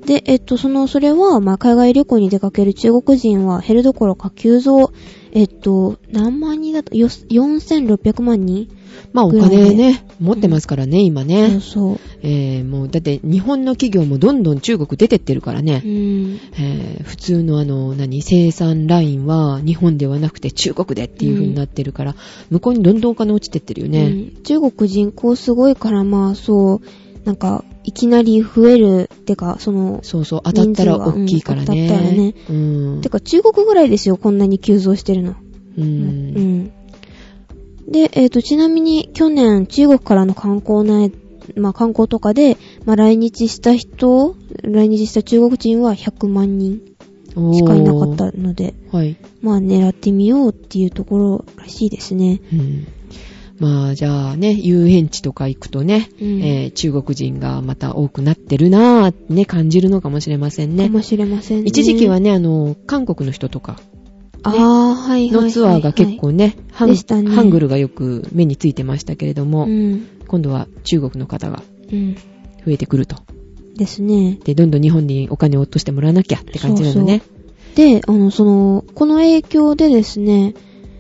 A: で、えっと、その、それは、まあ、海外旅行に出かける中国人は減るどころか急増。えっと、何万人だと、よ4600万人
B: まあお金ね、持ってますからね、今
A: そう
B: ね。
A: そう。
B: えーもう、だって日本の企業もどんどん中国出てってるからね。
A: うん。
B: えー普通のあの、何、生産ラインは日本ではなくて中国でっていう風になってるから、向こうにどんどんお金落ちてってるよね。
A: うん中国人口すごいから、まあそう、なんか、いきなり増える、てか、その、
B: そうそう、当たったら大きいから
A: 人数がうん
B: ね。うん。
A: てか中国ぐらいですよ、こんなに急増してるの。
B: う。
A: うんで、えっ、と、ちなみに去年中国からの観光内、まあ観光とかで、まあ来日した人、来日した中国人は100万人
B: おー
A: しかいなかっ。たので、
B: はい。
A: まあ狙ってみようっていうところらしいですね。
B: うん。まあ、じゃあね、遊園地とか行くとね、
A: うん
B: えー中国人がまた多くなってるなぁってね、感じるのかもしれませんね
A: か。もしれませんね。
B: 一時期はね、あの、韓国の人とか
A: ああ、はいはいはい、はい。
B: のツアーが結構ね、ハン
A: でしたね
B: ハングルがよく目についてましたけれども、
A: うん。
B: 今度は中国の方が
A: うん。
B: 増えてくると。
A: ですね。
B: で、どんどん日本にお金を落としてもらわなきゃって感じなのね。
A: で、あの、その、この影響でですね、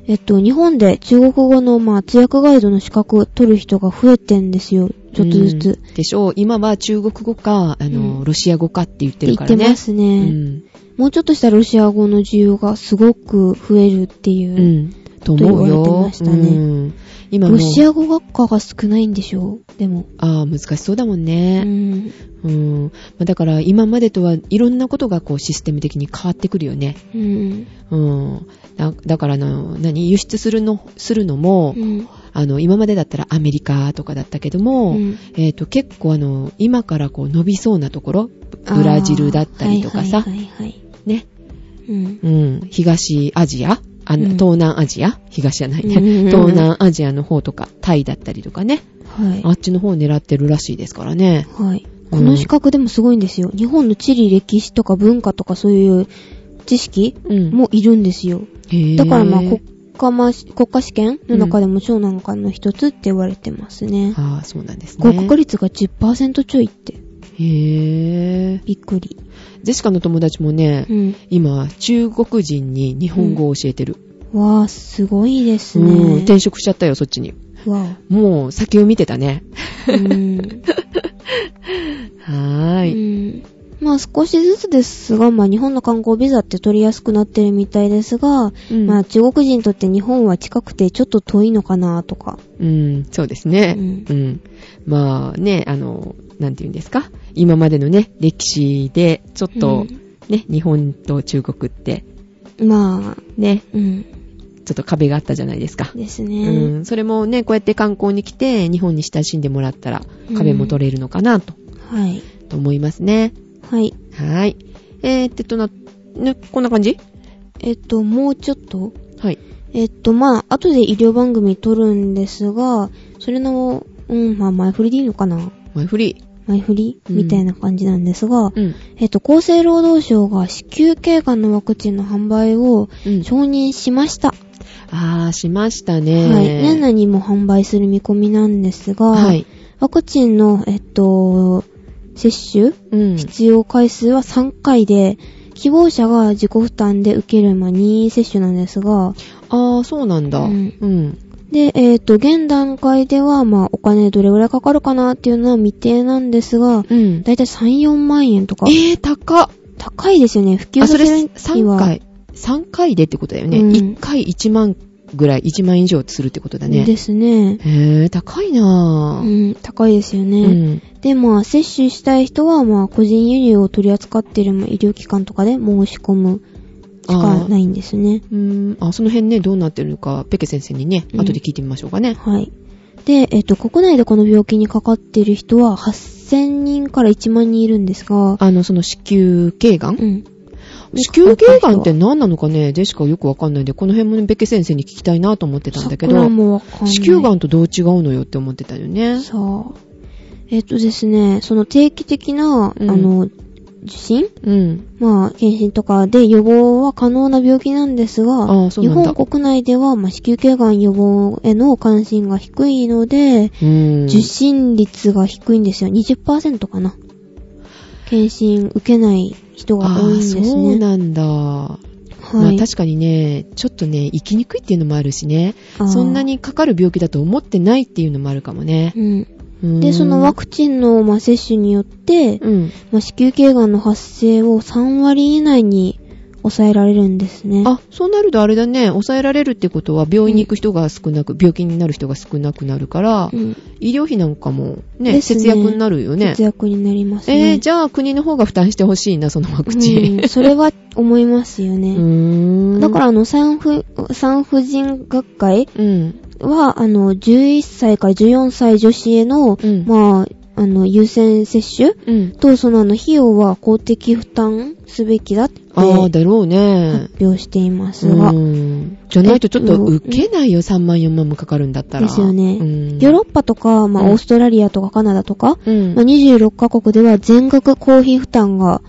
A: えっと、日本で中国語の、まあ、通訳ガイドの資格を取る人が増えてんですよ。ちょっとずつ。っ
B: うん。でしょう。今は中国語か、あの、
A: うん
B: ロシア語かって言っ
A: て
B: て
A: 言
B: るか
A: って
B: らね。
A: ます
B: う
A: ね。
B: ん。
A: もうちょっとしたらロシア語の需要がすごく増えるっていうう。
B: ん。と思う
A: と言われて
B: よ
A: ま。したね
B: うん。今もう
A: ロシア語学科が少ないんでしょうでも。
B: ああ、難しそうだもん
A: う
B: ね。
A: ん。
B: うん。まあだから、今までとはいろんなことがこう、システム的に変わってくるよね。
A: うん。
B: うん。だだからあの、何輸出するの、するのも、
A: うん。
B: あの、今までだったらアメリカとかだったけども、
A: うん
B: えっ、と、結構あの、今からこう伸びそうなところ、ブラジルだったりとかさ、
A: あーはいはいはい、はい。
B: ね、
A: うん。
B: うん、東アジア、あ
A: うん
B: 東南アジア東じゃないね、
A: うんうんうん
B: 東南アジアの方とか、タイだったりとかね、
A: はい。
B: あっちの方を狙ってるらしいですからね。
A: はい。この資格でもすごいんですよ。日本の地理、歴史とか文化とかそういう知識
B: うん。
A: もいるんですよ。
B: へー
A: だからまあ国家ま、国家試験の中でも超難関の一つって言われてますね。
B: ああ、そうなんですね。
A: 合格率が10%ちょいって。
B: へえ。
A: びっくり。
B: ジェシカの友達もね、
A: うん。
B: 今、中国人に日本語を教えてる。
A: わあ、すごいです
B: うん、
A: ね。
B: 転職しちゃったよ、そっちに。
A: わ
B: もう先を見てた ね。
A: あ。うん。
B: はー
A: う
B: い。
A: んまあ少しずつですが、まあ日本の観光ビザって取りやすくなってるみたいですが、
B: うん
A: まあ中国人にとって日本は近くてちょっと遠いのかなとか。
B: うん、そうですね。
A: うん
B: うん。まあね、あの、なんて言うんですか。今までのね、歴史で、ちょっとね、日本と中国って、
A: まあ、
B: ね、
A: うん。
B: ちょっと壁があったじゃないですか。
A: です
B: う
A: ね。
B: ん、それもね、こうやって観光に来て、日本に親しんでもらったら、壁も取れるのかなと、
A: はい。
B: と思いますね。
A: はい。
B: はーい。えー、ってとな、ね、こんな感じ
A: えっと、もうちょっと。
B: はい。
A: えっと、まあ、後で医療番組撮るんですが、それの、うん、まあ、前振りでいいのかな
B: マイフリ
A: 前振り
B: うん
A: みたいな感じなんですが、
B: ー。うん。
A: えっと、厚生労働省が子宮頸がんのワクチンの販売を
B: うん、
A: 承認しました。
B: あー、しましたね。
A: はい。年内にも販売する見込みなんですが、
B: はい。
A: ワクチンの、えっと、接種
B: うん。
A: 必要回数は3回で、希望者が自己負担で受ける、まあ、任意接種なんですが、
B: ああ、そうなんだ。う
A: うんん。
B: うん。
A: で、えっ、と、現段階では、まあ、お金どれぐらいかかるかなっていうのは未定なんですが、だいたい3、4万円とか。
B: えー、高っ。
A: 高いですよね。普及
B: あ、
A: さ
B: そ
A: せ
B: れ
A: るに
B: 3
A: は。
B: 回。3回でってことだよね。
A: うん
B: 1回1万ぐらい、1万以上するってことだね。
A: ですね。
B: へー、高いうなぁ。
A: ん、高いですよ
B: う
A: ね。
B: ん。
A: で、まあ、接種したい人は、まあ、個人輸入を取り扱っているまあ医療機関とかで申し込むしかないんですね。
B: うん。あ、その辺ね、どうなってるのか、ペケ先生にね、
A: うん
B: 後で聞いてみましょうかね。
A: はい。で、えっ、と、国内でこの病気にかかっている人は、8000人から1万人いるんですが、
B: あの、その子宮頸がん
A: うん。
B: 子宮頸がんって何なのかね、ジェシカはよくわかんないんで、この辺もね、ペケ先生に聞きたいなと思ってたんだけど、
A: 桜もわかんない。
B: 子宮がんとどう違うのよって思ってたよね。
A: さあ、えっ、とですね、その定期的な、
B: うん
A: あの、受診
B: うん。
A: まあ、検診とかで予防は可能な病気なんです
B: あ
A: が、
B: あそう
A: 日
B: なんだ
A: 本国内では、まあ、子宮頸がん予防への関心が低いので、
B: うん。
A: 受診率が低いんですよ。20%かな。検診受けない人が多いんです
B: あーそう
A: ね。
B: なんだ。まあ
A: はい。
B: 確かにね、ちょっとね、生きにくいっていうのもあるしね、
A: あー
B: そんな。にかかる病気だと思ってないっていうのもあるかもね。
A: うん。
B: うん
A: で、そのワクチンの、まあ、接種によって、
B: うん。
A: まあ、子宮頸がんの発生を3割以内に抑えられるんですね。
B: あ、そうなるとあれだね、抑えられるってことは病院に行く人が少なく、病気になる人が少なくなるから、
A: うん。
B: 医療費なんかもね、
A: ですね
B: 節約になるよね。
A: 節約になりますね。
B: えー、じゃあ国の方が負担してほしいな、そのワクチン。
A: うんそれは思いますよ
B: う
A: ね。
B: ーん。
A: だから、あの、産婦、産婦人学会
B: うん。
A: は、あの、11歳から14歳女子への、
B: うん
A: まあ、あの、優先接種
B: うん。
A: と、その、あの、費用は公的負担すべきだって
B: ああ、
A: 発
B: だろうね。
A: 表していますが、
B: うんじゃないとちょっと受けないよ、3万4万もかかるんだったら。
A: ですよね
B: うん
A: ヨーロッパとか、まあ、
B: うん
A: オーストラリアとかカナダとか、
B: うん
A: まあ、26カ国では全額公費負担が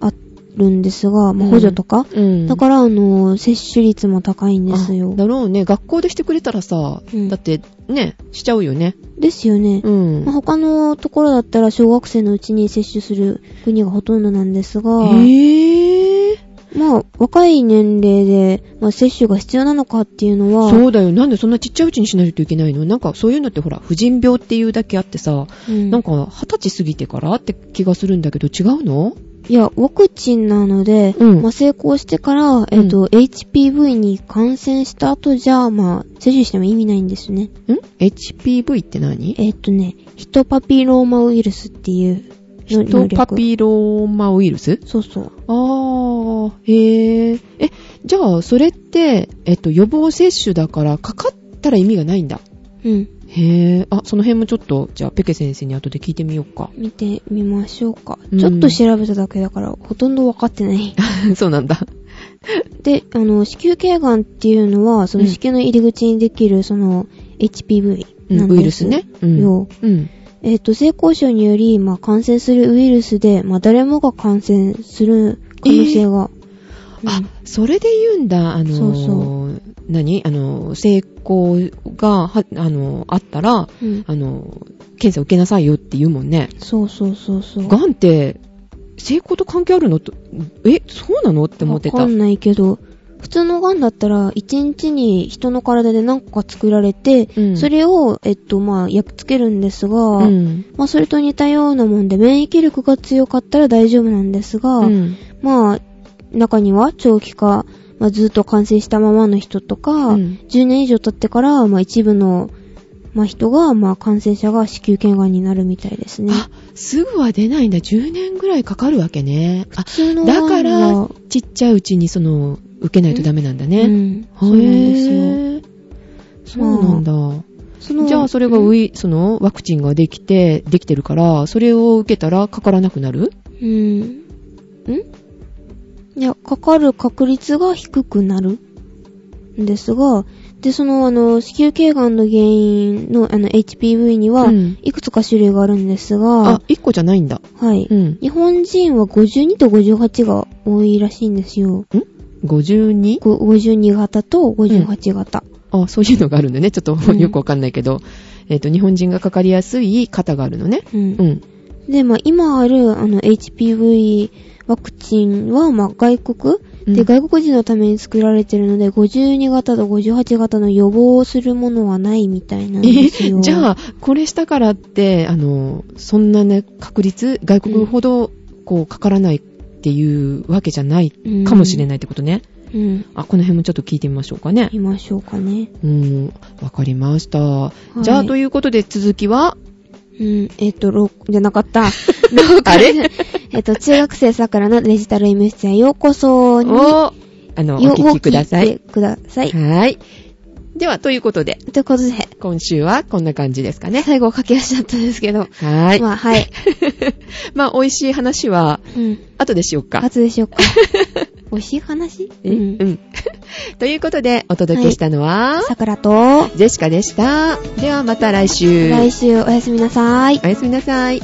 A: あるんですが、まあ、補助とか、
B: うん
A: だから、あの、接種率も高いんですよ
B: あ。だろうね。学校でしてくれたらさ、
A: うん
B: だってね、しちゃうよね。
A: ですよね。
B: うん
A: まあ。他のところだったら小学生のうちに接種する国がほとんどなんですが、
B: ええ
A: まあ若い年齢で、まあ、接種が必要なのかっていうのは、
B: そうだよ。なんでそんなちっちゃいうちにしないといけないのなんかそういうのってほら、婦人病っていうだけあってさ、
A: うん
B: なんか二十歳過ぎてからって気がするんだけど違うの
A: いや、ワクチンなので、
B: うん
A: まあ、成功してから、えっ、と、HPV に感染した後じゃ、まあ、接種しても意味ないんですね。
B: ん ?HPV って何
A: えっ、とね、ヒトパピローマウイルスっていうの
B: ヒトパ
A: 能力
B: ピローマウイルス
A: そうそう。
B: あー、へえ。え、じゃあそれって、えっと、予防接種だからかかったら意味がないんだ。
A: うん。。
B: へえ。あ、その辺もちょっと、じゃあペケ先生に後で聞いてみようか
A: 見てみましょうか。
B: うん
A: ちょっと調べただけだから、ほとんどわかって ない。
B: そうなんだ。
A: で、あの、子宮頸がんっていうのは、その
B: うん
A: 子宮の入り口にできる、その、HPV
B: う、
A: なんんです、
B: ウイルスね。うん
A: よ。
B: うん。
A: えっ、と、性交渉により、まあ、感染するウイルスで、まあ、誰もが感染する可能性が。
B: あ、それで言うんだ、あのー、
A: そう
B: 何あのー、成功が、はあのー、あったら、
A: うん、うん
B: あのー、検査受けなさいよって言うもんね。
A: そうそうそうそう。
B: がんって、成功と関係あるのと、え、そうなのって思って
A: わか
B: た。
A: んないけど、普通のがんだったら、1日に人の体で何個か作られて、
B: うん
A: それを、えっと、まあ、やっつけるんですが、
B: うん。
A: まあ、それと似たようなもんで、免疫力が強かったら大丈夫なんですが、
B: うん。
A: まあ、中には長期化、まあ、ずっと感染したままの人とか、
B: うん
A: 10年以上経ってから、まあ、一部の、まあ、人が、まあ、感染者が子宮頸がんになるみたいですね。
B: あ、すぐは出ないんだ。10年ぐらいかかるわけね。あ、
A: 普通のがん
B: だ
A: は
B: から、ちっちゃいうちにその、受けないとダメなんだ
A: う
B: ね。
A: ん、そうなんですよ。
B: へーそうなんだ。
A: その
B: じゃあ、それがウイ、その、ワクチンができて、できてるから、それを受けたらかからなくなる
A: うん。んいや、かかる確率が低くなるんですが、で、その、あの、子宮頸がんの原因の、あの、HPV には
B: うん、
A: いくつか種類があるんです
B: あ
A: が、、
B: 1個じゃないんだ。
A: はい、
B: うん。
A: 日本人は52と58が多いらしいんですよ。
B: ん ?52?
A: ご52型と58型。
B: あ、そういうのがあるん だね。ちょっと
A: うん
B: よくわかんないけど。えっ、と、日本人がかかりやすい方があるのね。
A: うん。
B: うん。
A: で、まあ、今ある、あの、HPV ワクチンは、まあ、外国
B: う
A: で、
B: ん
A: 外国人のために作られてるので、52型と58型の予防をするものはないみたいなん
B: え
A: ですよ。
B: じゃ
A: あ、
B: あ、これしたからって、あの、そんなね、確率、外国ほど、こう、かからないっていうわけじゃないかもしれないってことね。
A: うん。
B: あ、この辺もちょっと聞いてみましょうかね。
A: 見ましょうかね。
B: うん、わかりました。
A: い
B: じゃあ、ということで続きは、
A: うん。えっ、と、ろじゃなかった。
B: あれ
A: えっと、中学生さくらのデジタルイメッセージようこそに、よ
B: を、あの、お
A: う
B: 聞きくださ
A: 聞い
B: い。
A: てください。
B: はい。では、ということで、
A: ということで、
B: 今週はこんな感じですかね。
A: 最後駆け足だったんですけど、
B: はい。
A: まあ、はい。
B: まあ、美味しい話は、
A: うん。
B: 後でしようか。
A: 初でしょうか。美味しい話
B: えうん。 ということで、お届けしたのは、
A: さくらと、
B: ジェシカでした。では、また来週。
A: 来週おやすみなさい。
B: おやすみなさい。